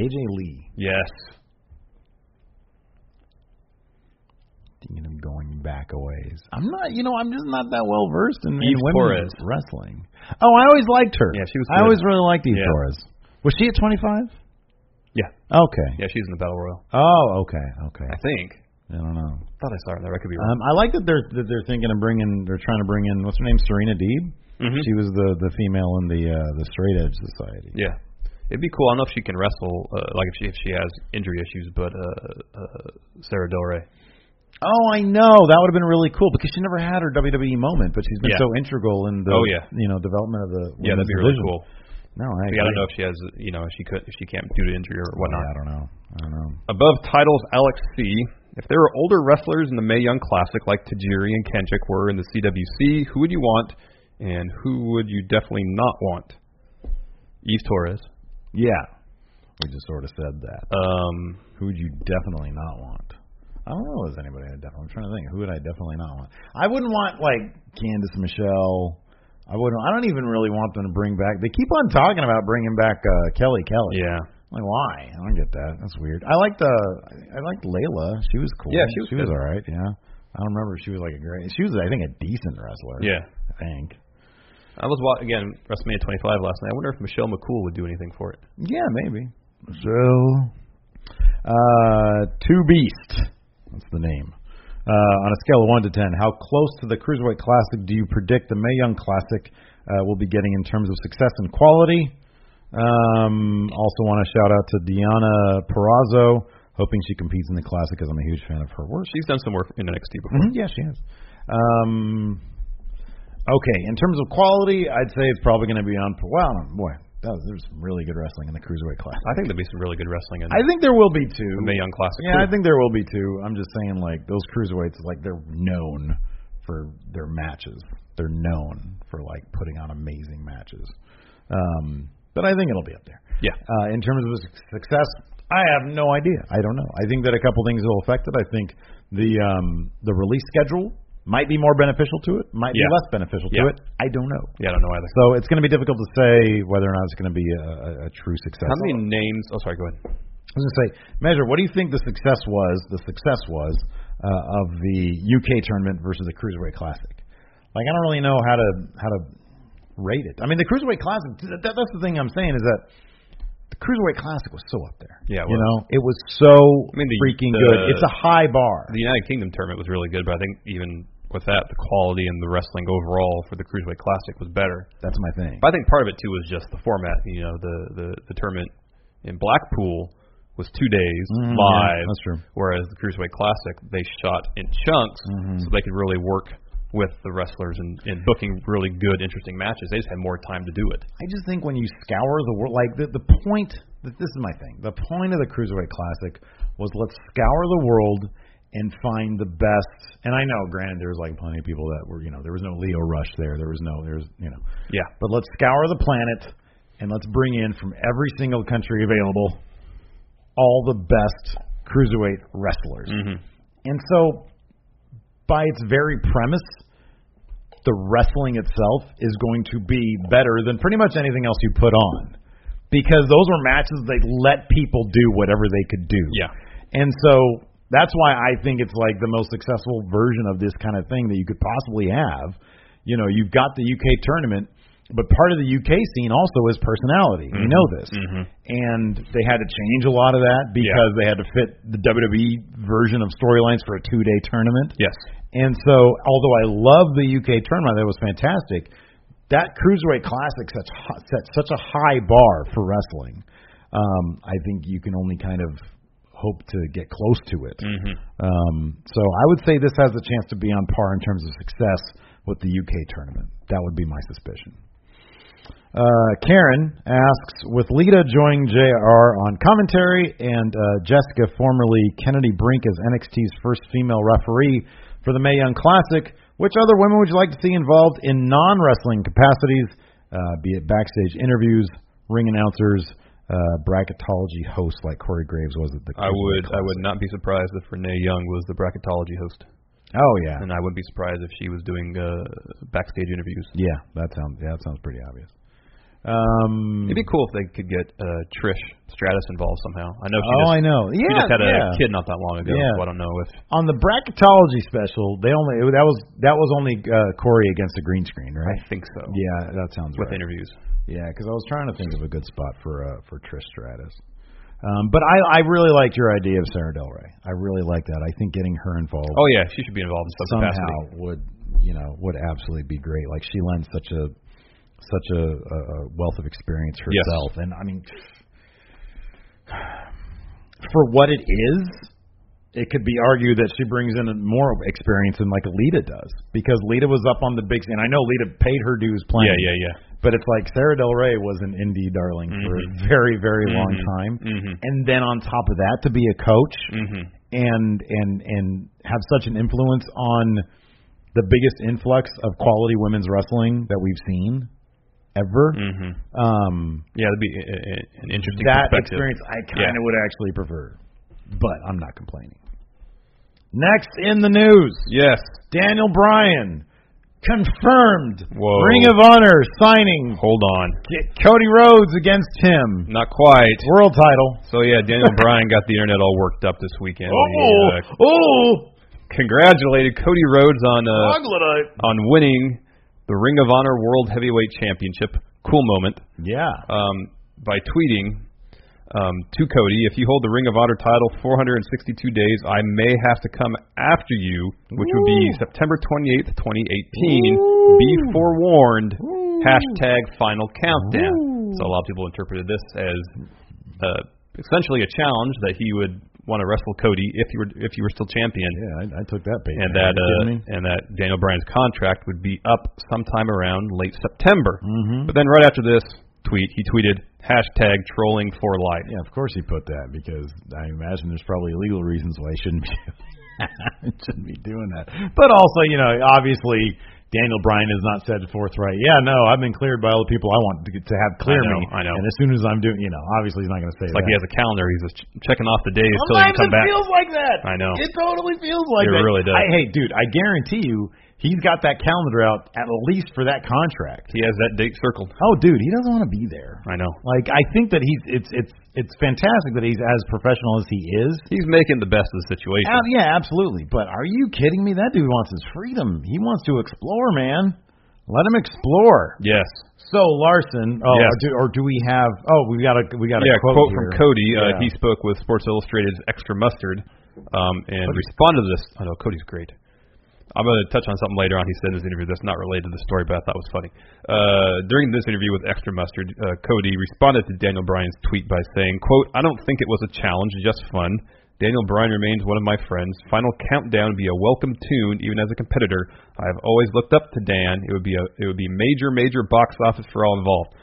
AJ Lee. yes. Thinking of going back a ways. I'm not. You know, I'm just not that well versed in, in Eve women's Torres. wrestling. Oh, I always liked her. Yeah, she was I good. always really liked Eve Yeah. Torres. Was she at 25? Yeah. Okay. Yeah, she's in the Battle Royal. Oh, okay, okay. I think. I don't know. thought I saw her there. I could be wrong. Um, I like that they're that they're thinking of bringing. They're trying to bring in what's her name, Serena Deeb. Mhm. She was the the female in the uh, the Straight Edge Society. Yeah. It'd be cool. I don't know if she can wrestle, uh, like if she if she has injury issues, but uh, uh, Sarah Del Rey. Oh, I know. That would have been really cool because she never had her WWE moment, but she's been Yeah. so integral in the Oh, yeah. you know development of the Yeah, that'd women's be really division. cool. No, I, Yeah, I agree. don't know if she has, you know, if she could, if she can't due to injury or whatnot. Yeah, I don't know. I don't know. Above titles, Alex C. If there were older wrestlers in the May Young Classic like Tajiri and Kendrick were in the CWC, who would you want, and who would you definitely not want? Eve Torres. Yeah, we just sort of said that. Um, Who would you definitely not want? I don't know. Is anybody I definitely? I'm trying to think. Who would I definitely not want? I wouldn't want like Candice Michelle. I wouldn't. I don't even really want them to bring back. They keep on talking about bringing back uh, Kelly Kelly. yeah. Like why? I don't get that. That's weird. I liked the. I liked Layla. She was cool. Yeah, she was She was good. all right. Yeah. I don't remember. if She was like a great. She was, I think, a decent wrestler. Yeah. I think. I was watching, again, WrestleMania 25 last night. I wonder if Michelle McCool would do anything for it. Yeah, maybe. So, uh, two beast. That's the name. Uh, on a scale of one to ten, how close to the Cruiserweight Classic do you predict the Mae Young Classic uh, will be getting in terms of success and quality? Um, also, want to shout out to Diana Perrazzo. Hoping she competes in the classic, because I'm a huge fan of her work. She's done some work in NXT before. Mhm, Yeah, she has. Um, okay, in terms of quality, I'd say it's probably going to be on. Wow, boy, that was, there's some really good wrestling in the cruiserweight class. I think there'd be some really good wrestling in I think there will be two. the May Young Classic. Yeah, I too. think there will be two. I'm just saying, like those cruiserweights, like they're known for their matches. They're known for like putting on amazing matches. Um, but I think it'll be up there. Yeah. Uh, in terms of su- success, I have no idea. I don't know. I think that a couple things will affect it. I think the um, the release schedule might be more beneficial to it. Might be Yeah. less beneficial to Yeah. it. I don't know. Yeah, I don't know either. So it's going to be difficult to say whether or not it's going to be a, a, a true success. How many names? Oh, sorry, go ahead. I was going to say, measure. What do you think the success was? The success was uh, of the UK tournament versus the Cruiserweight Classic. Like I don't really know how to how to rate it. I mean, the Cruiserweight Classic. th- That, that's the thing I'm saying is that the Cruiserweight Classic was so up there. Yeah, it you was. know, it was so I mean, the- freaking the- good. It's a high bar. The United Kingdom tournament was really good, but I think even with that, the quality and the wrestling overall for the Cruiserweight Classic was better. that's my thing. But I think part of it too was just the format. You know, the the, the tournament in Blackpool was two days Mhm, yeah, live. that's true. Whereas the Cruiserweight Classic, they shot in chunks, so they could really work with the wrestlers and, and booking really good, interesting matches. They just had more time to do it. I just think when you scour the world, like the the point that this is my thing. The point of the Cruiserweight Classic was let's scour the world and find the best. And I know, granted, there was like plenty of people that were, you know, there was no Leo Rush there. There was no, there's, you know, Yeah. but let's scour the planet and let's bring in from every single country available all the best cruiserweight wrestlers. And so, by its very premise, the wrestling itself is going to be better than pretty much anything else you put on. Because those were matches they let people do whatever they could do. Yeah. And so that's why I think it's like the most successful version of this kind of thing that you could possibly have you know, you've got the UK tournament, but part of the UK scene also is personality. We know this. And they had to change a lot of that because they had to fit the WWE version of storylines for a two day tournament. Yes. And so, although I love the UK tournament, that was fantastic. That cruiserweight classic sets sets such a high bar for wrestling. Um, I think you can only kind of hope to get close to it. Um, so I would say this has a chance to be on par in terms of success with the UK tournament. That would be my suspicion. Uh, Karen asks, with Lita joining JR on commentary and uh, Jessica, formerly Kennedy Brink, as NXT's first female referee for the Mae Young Classic, which other women would you like to see involved in non wrestling capacities, uh, be it backstage interviews, ring announcers, uh, bracketology hosts like Corey Graves was at the I would I would not be surprised if Renee Young was the bracketology host, Oh, yeah. and I wouldn't be surprised if she was doing uh, backstage interviews. Yeah, that sounds yeah, that sounds pretty obvious. Um, It'd be cool if they could get uh, Trish Stratus involved somehow. I know she oh, just, I know. Yeah, she just had a yeah. kid not that long ago, Yeah. so I don't know if on the bracketology special. They only that was that was only uh, Corey against a green screen, right? I think so. Yeah, that sounds With right. interviews. Yeah, because I was trying to think of a good spot for uh, for Trish Stratus. Um, but I, I really liked your idea of Sarah Del Rey. I really like that. I think getting her involved Oh yeah, she should be involved in some somehow capacity. would you know would absolutely be great. Like she lends such a such a, a a wealth of experience Yes. herself, and I mean, for what it is, it could be argued that she brings in more experience than like Lita does, because Lita was up on the big scene. I know Lita paid her dues playing. Yeah, yeah, yeah. But it's like Sarah Del Rey was an indie darling for Mm-hmm. a very, very long time, and then on top of that, to be a coach Mm-hmm. and and and have such an influence on the biggest influx of quality women's wrestling that we've seen ever. Mm. Um, Mm-hmm. Yeah, that'd be a, a- an interesting that perspective. experience, I kind of Yeah. would actually prefer, but I'm not complaining. Next in the news, Yes. Daniel Bryan confirmed Whoa. Ring of Honor signing Hold on. Cody Rhodes against him. Not quite. World title. So yeah, Daniel Bryan got the internet all worked up this weekend. He, uh, oh, congratulated Cody Rhodes on uh, on winning the Ring of Honor World Heavyweight Championship. Cool moment. yeah. um, by tweeting um, to Cody, if you hold the Ring of Honor title 462 days, I may have to come after you, which would be September 28th, 2018. Be forewarned. Hashtag final countdown. So a lot of people interpreted this as uh, essentially a challenge that he would want to wrestle Cody if you were if you were still champion Yeah, I, I took that bait. man. and Are that you uh, kidding me? and that Daniel Bryan's contract would be up sometime around late September. Mm-hmm. But then right after this tweet, he tweeted hashtag trolling for life. yeah, of course he put that because I imagine there's probably legal reasons why he shouldn't be shouldn't be doing that. But also, you know, obviously Daniel Bryan has not said forthright. Yeah, no, I've been cleared by all the people I want to, get- to have clear I know, me. I know. And as soon as I'm doing, you know, obviously he's not going to say It's like that. he has a calendar. He's just ch- checking off the days till he can come back. like that. I know. It totally feels like It that. really does. I, hey, dude, I guarantee you, he's got that calendar out at least for that contract. He has that date circled. Oh, dude, he doesn't want to be there. I know. Like, I think that he's it's it's it's fantastic that he's as professional as he is. He's making the best of the situation. Ab- yeah, absolutely. But are you kidding me? That dude wants his freedom. He wants to explore, man. Let him explore. yes. So Larson, oh, Yes. or, do, or do we have? Oh, we got a we got Yeah, a quote, quote, here. from Cody. Yeah. Uh, he spoke with Sports Illustrated's Extra Mustard um, and responded to this. I know Cody's great. I'm going to touch on something later on. He said in his interview that's not related to the story, but I thought it was funny. Uh, during this interview with Extra Mustard, uh, Cody responded to Daniel Bryan's tweet by saying, "quote I don't think it was a challenge, just fun. Daniel Bryan remains one of my friends. Final countdown would be a welcome tune, even as a competitor. I have always looked up to Dan. It would be a it would be major, major box office for all involved."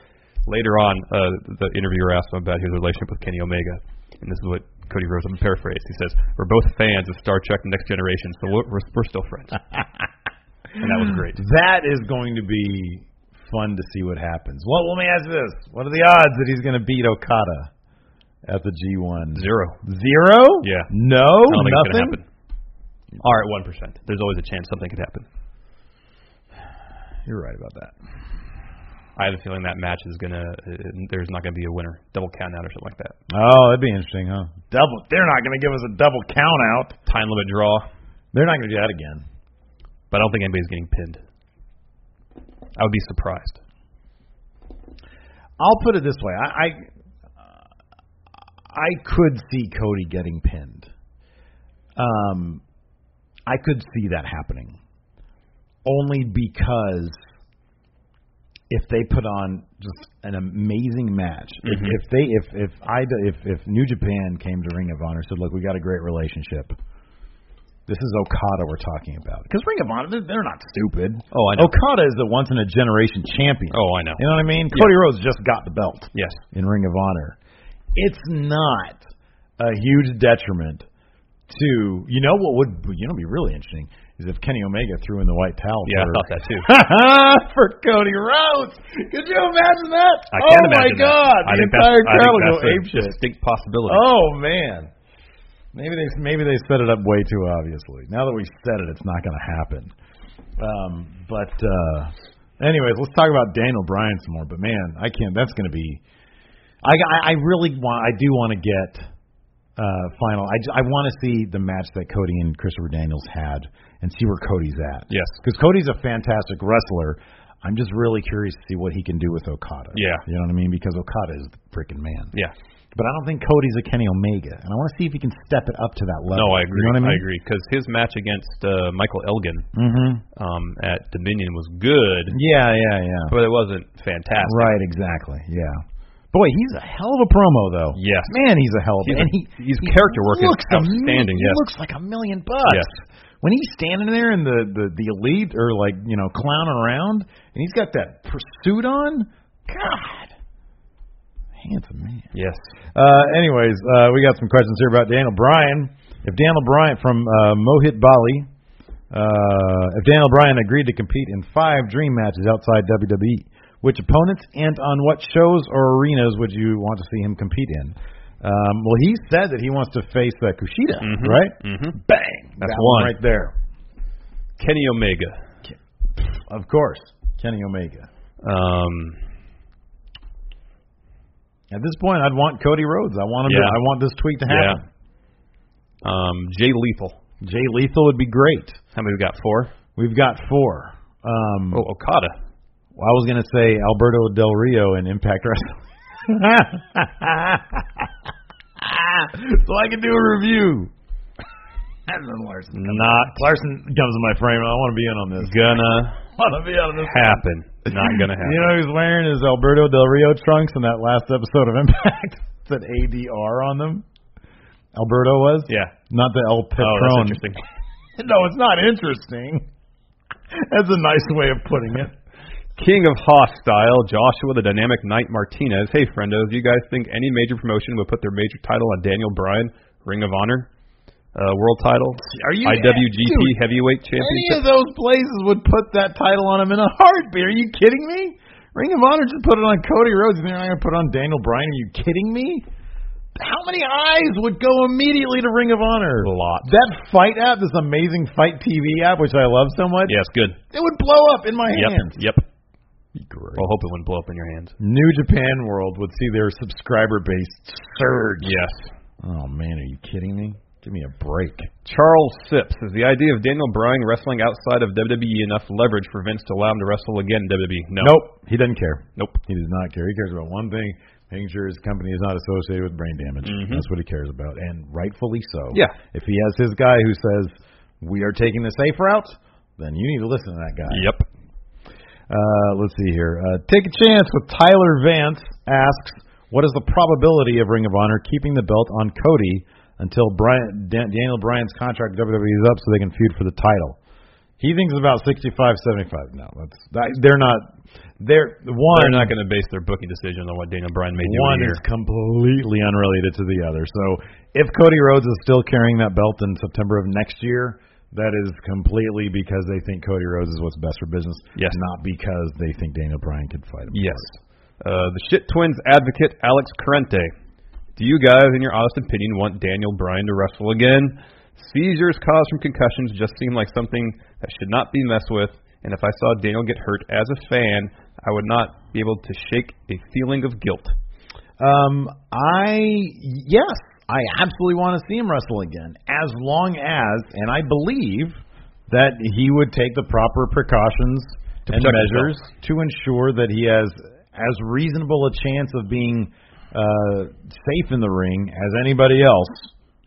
Later on, uh, the interviewer asked him about his relationship with Kenny Omega, and this is what Cody Rhodes I'm paraphrased. He says, "We're both fans of Star Trek: The Next Generation, so we're, we're we're still friends." and that was great. That is going to be fun to see what happens. Well, let me ask you this: What are the odds that he's going to beat Okada at the G1? Zero. Zero? Yeah. No. I don't think nothing. it's gonna happen. All right, one percent. There's always a chance something could happen. You're right about that. I have a feeling that match is gonna. Uh, there's not gonna be a winner, double count out or something like that. Oh, that'd be interesting, huh? Double. They're not going to give us a double count out. Time limit draw, They're not going to do that again. but I don't think anybody's getting pinned. I would be surprised. I'll put it this way. I I, I could see Cody getting pinned. Um, I could see that happening. Only because if they put on just an amazing match, if, Mm-hmm. if they if if I if if New Japan came to Ring of Honor and said, look, we got a great relationship. This is Okada we're talking about because Ring of Honor they're, they're not stupid. Oh, I know. Okada is the once in a generation champion. Oh, I know. You know what I mean? Cody Rhodes just got the belt Yes. in Ring of Honor. It's not a huge detriment to you know what would you know be really interesting is if Kenny Omega threw in the white towel Yeah, I for thought that too. for Cody Rhodes. Could you imagine that? I can't oh imagine my god, That. I the think entire that's, crowd would I go think that's a apeshit. distinct possibility. Oh man. Maybe they maybe they set it up way too obviously. Now that we said it, it's not going to happen. Um, but uh, anyways, let's talk about Daniel Bryan some more. But man, I can't. That's going to be. I, I I really want. I do want to get uh, final. I ju- I want to see the match that Cody and Christopher Daniels had and see where Cody's at. Yes. because Cody's a fantastic wrestler. I'm just really curious to see what he can do with Okada. Yeah. you know what I mean? Because Okada is the freaking man. Yeah. But I don't think Cody's a Kenny Omega, and I want to see if he can step it up to that level. No, I agree. You know what I mean? agree because his match against uh, Michael Elgin Mm-hmm. um, at Dominion was good, Yeah, yeah, yeah. but it wasn't fantastic. Right, exactly. Yeah. Boy, he's a hell of a promo though. Yes. Man, he's a hell of a He's and a- he his he character work is looks ama- outstanding, He yes. looks like a million bucks. Yes. When he's standing there in the the the elite or like, you know, clowning around and he's got that pursuit on, god. Handsome man. Yes. Uh, anyways, uh, we got some questions here about Daniel Bryan. If Daniel Bryan from uh, Mohit Bali, uh, if Daniel Bryan agreed to compete in five dream matches outside WWE, which opponents and on what shows or arenas would you want to see him compete in? Um, well, he said that he wants to face uh, Kushida, right? Mm-hmm. Bang, That's That one. right there. Kenny Omega. Of course, Kenny Omega. Um, At this point, I'd want Cody Rhodes. I want him. To, Yeah. I want this tweet to yeah. happen. Um, Jay Lethal. Jay Lethal would be great. How many we got? Four. We've got four. Um, Oh, Okada. Well, I was going to say Alberto Del Rio in Impact Wrestling. so I can do a review. That's when Larson. comes Not in. Larson comes in my frame. I want to be in on this. gonna want to be on this. happen. Not gonna happen. You know who's wearing his Alberto Del Rio trunks in that last episode of Impact. it said ADR on them. Alberto was? yeah. Not the El Oh, Patron. that's interesting. No, it's not interesting. That's a nice way of putting it. King of Hostile, Joshua the Dynamic Knight Martinez. Hey, friendos, do you guys think any major promotion would put their major title on Daniel Bryan, Ring of Honor, uh, World Title, Are you IWGP Dude, Heavyweight Any of Championship? those places would put that title on him in a heartbeat. Are you kidding me? Ring of Honor just put it on Cody Rhodes, and they're not going to put it on Daniel Bryan. Are you kidding me? How many eyes would go immediately to Ring of Honor? A lot. That fight app, this amazing fight TV app, which I love so much, Yes, good. it would blow up in my Yep. hands. Yep. Well, hope it wouldn't blow up in your hands. New Japan World would see their subscriber base surge. Yes. Oh man, are you kidding me? Give me a break. Charles Sips is the idea of Daniel Bryan wrestling outside of WWE enough leverage for Vince to allow him to wrestle again in WWE? No. Nope, he doesn't care. Nope. He does not care. He cares about one thing: making sure his company is not associated with brain damage. Mhm. That's what he cares about, and rightfully so. Yeah. If he has his guy who says we are taking the safe route, then you need to listen to that guy. Yep. Uh, let's see here. Uh, Take a chance with Tyler Vance asks, what is the probability of Ring of Honor keeping the belt on Cody until Brian, Dan- Daniel Bryan's contract with WWE is up so they can feud for the title? He thinks about 65, 75. No, that's that, they're not. They're one. They're not going to base their booking decision on what Daniel Bryan may do One here. is completely unrelated to the other. So if Cody Rhodes is still carrying that belt in September of next year, that is completely because they think Cody Rhodes is what's best for business. Yes. Not because they think Daniel Bryan could fight him. Yes. Uh, the shit twins advocate Alex Corrente. Do you guys, in your honest opinion, want Daniel Bryan to wrestle again? Seizures caused from concussions just seem like something that should not be messed with, and if I saw Daniel get hurt as a fan, I would not be able to shake a feeling of guilt. Um, I yes, I absolutely want to see him wrestle again, as long as, and I believe that he would take the proper precautions To and protect measures himself. to ensure that he has as reasonable a chance of being uh, safe in the ring as anybody else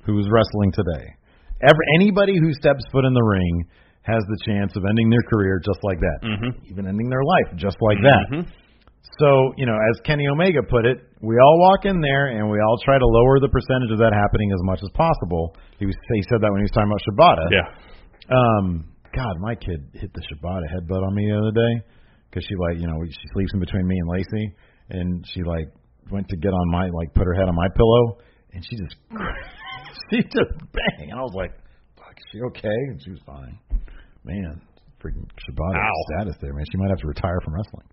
who's wrestling today. Ever anybody who steps foot in the ring has the chance of ending their career just like that, even ending their life just like that. So, you know, as Kenny Omega put it, we all walk in there and we all try to lower the percentage of that happening as much as possible. He was he said that when he was talking about Shibata. Yeah. Um, God, my kid hit the Shibata headbutt on me the other day because she like you know she sleeps in between me and Lacey, and she like went to get on my like put her head on my pillow, and she just she just bang, and I was like, "Fuck, is she okay?" And she was fine. Man, freaking Shibata Ow. status there, man. She might have to retire from wrestling.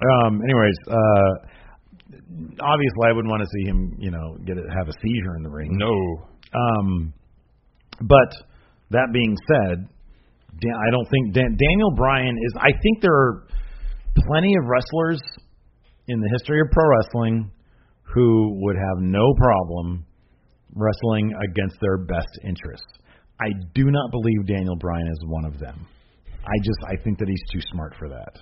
Um, anyways, uh, obviously I wouldn't want to see him, you know, get a, have a seizure in the ring. No. Um, but that being said, Dan, I don't think Dan, Daniel Bryan is. I think there are plenty of wrestlers in the history of pro wrestling who would have no problem wrestling against their best interests. I do not believe Daniel Bryan is one of them. I just I think that he's too smart for that.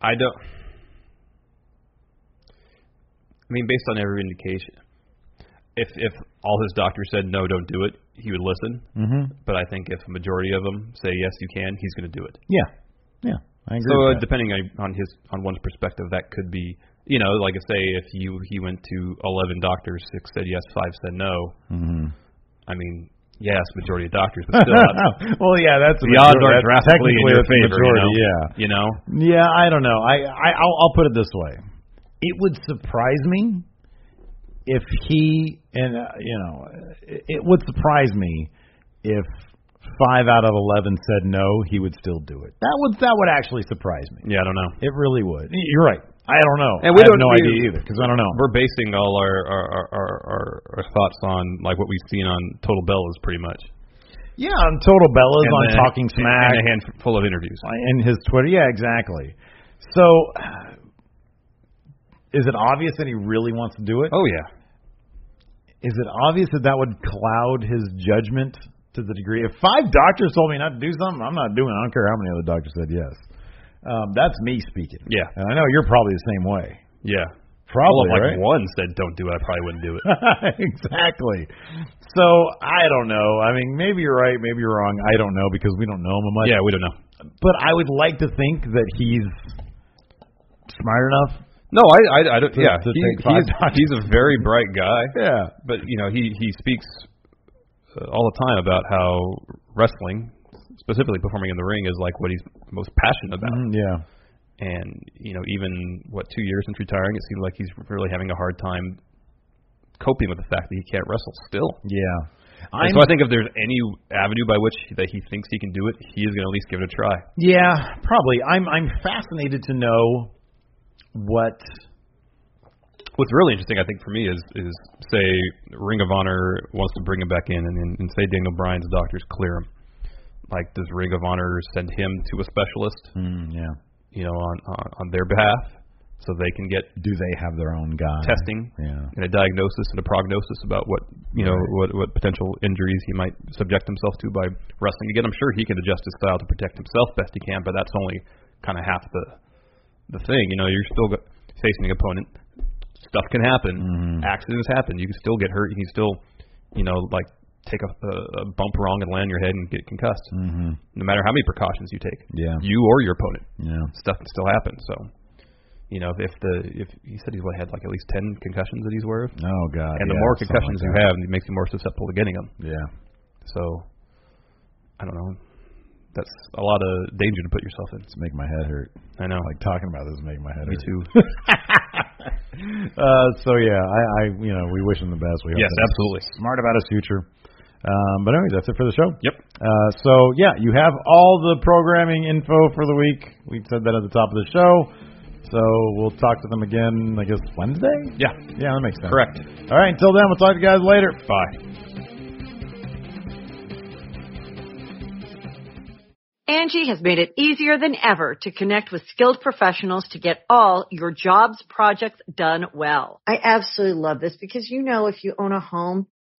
I don't. I mean, based on every indication, if if all his doctors said no, don't do it, he would listen. Mm-hmm. But I think if a majority of them say yes, you can, he's going to do it. Yeah, yeah, I agree. So uh, with that. depending on, on his on one's perspective, that could be you know like say if you he went to eleven doctors, six said yes, five said no. Mhm. I mean, yes, majority of doctors, but still that's- well, yeah, that's the odds major- are that's drastically in technically your that's the favor. majority, you know? Yeah, you know. Yeah, I don't know. I, I I'll, I'll put it this way: it would surprise me if he and uh, you know it, it would surprise me if five out of eleven said no, he would still do it. That would that would actually surprise me. Yeah, I don't know. It really would. You're right. I don't know. And I we have don't- no we- idea either because I don't know. We're basing all our our, our, our our our thoughts on like what we've seen on Total Bellas, pretty much. Yeah, on Total Bellas, And on then- Talking Smack, and a handful of interviews. and his Twitter. Yeah, exactly. So, is it obvious that he really wants to do it? Oh yeah, is it obvious that that would cloud his judgment to the degree? If five doctors told me not to do something, I'm not doing it. I don't care how many other doctors said yes. Um, that's me speaking. Yeah. And I know you're probably the same way. yeah. All Probably, of like right? one said don't do it. I probably wouldn't do it. exactly. So I don't know. I mean, maybe you're right, maybe you're wrong. I don't know because we don't know him much. yeah, we don't know. But I would like to think that he's smart enough. No, I, I, I don't. To- yeah, to he, take five he's, he's a very bright guy, Yeah. but you know he he speaks uh, all the time about how wrestling, specifically performing in the ring, is like what he's most passionate about. Mhm, Yeah. And you know, even what two years since retiring, it seems like he's really having a hard time coping with the fact that he can't wrestle still. Yeah. And so I think if there's any avenue by which that he thinks he can do it, he is going to at least give it a try. Yeah, probably. I'm I'm fascinated to know what What's really interesting, I think, for me is is say Ring of Honor wants to bring him back in, and, and, and say Daniel Bryan's doctors clear him. Like, does Ring of Honor send him to a specialist, Mm, yeah. you know, on on, on their behalf, so they can get Do they have their own guy? testing Yeah. and a diagnosis and a prognosis about what you know what what potential injuries he might subject himself to by wrestling again. I'm sure he can adjust his style to protect himself best he can, but that's only kind of half the the thing. You know, you're still go- facing an opponent. Stuff can happen. Accidents happen. You can still get hurt. You can still, you know, like take a, a a bump wrong and land on your head and get concussed. Mm-hmm. No matter how many precautions you take, Yeah. you or your opponent Yeah. stuff can still happen. So, you know, if the if he said he's what, had like at least ten concussions that he's aware of, Oh God. and the yeah, more something concussions like you have, it makes you more susceptible to getting them. that. Yeah. So, I don't know. That's a lot of danger to put yourself in. It's making my head hurt. I know. Like talking about this is making my head me hurt. too. Uh, so yeah, I, I you know we wish him the best. We hope yes, that he's absolutely. Smart about his future. Um, but anyway, that's it for the show. Yep. Uh, so yeah, you have all the programming info for the week. We said that at the top of the show. So we'll talk to them again, I guess Wednesday. Yeah. Yeah, that makes sense. Correct. All right. Until then, we'll talk to you guys later. Bye. Angie has made it easier than ever to connect with skilled professionals to get all your jobs projects done well. I absolutely love this because you know if you own a home,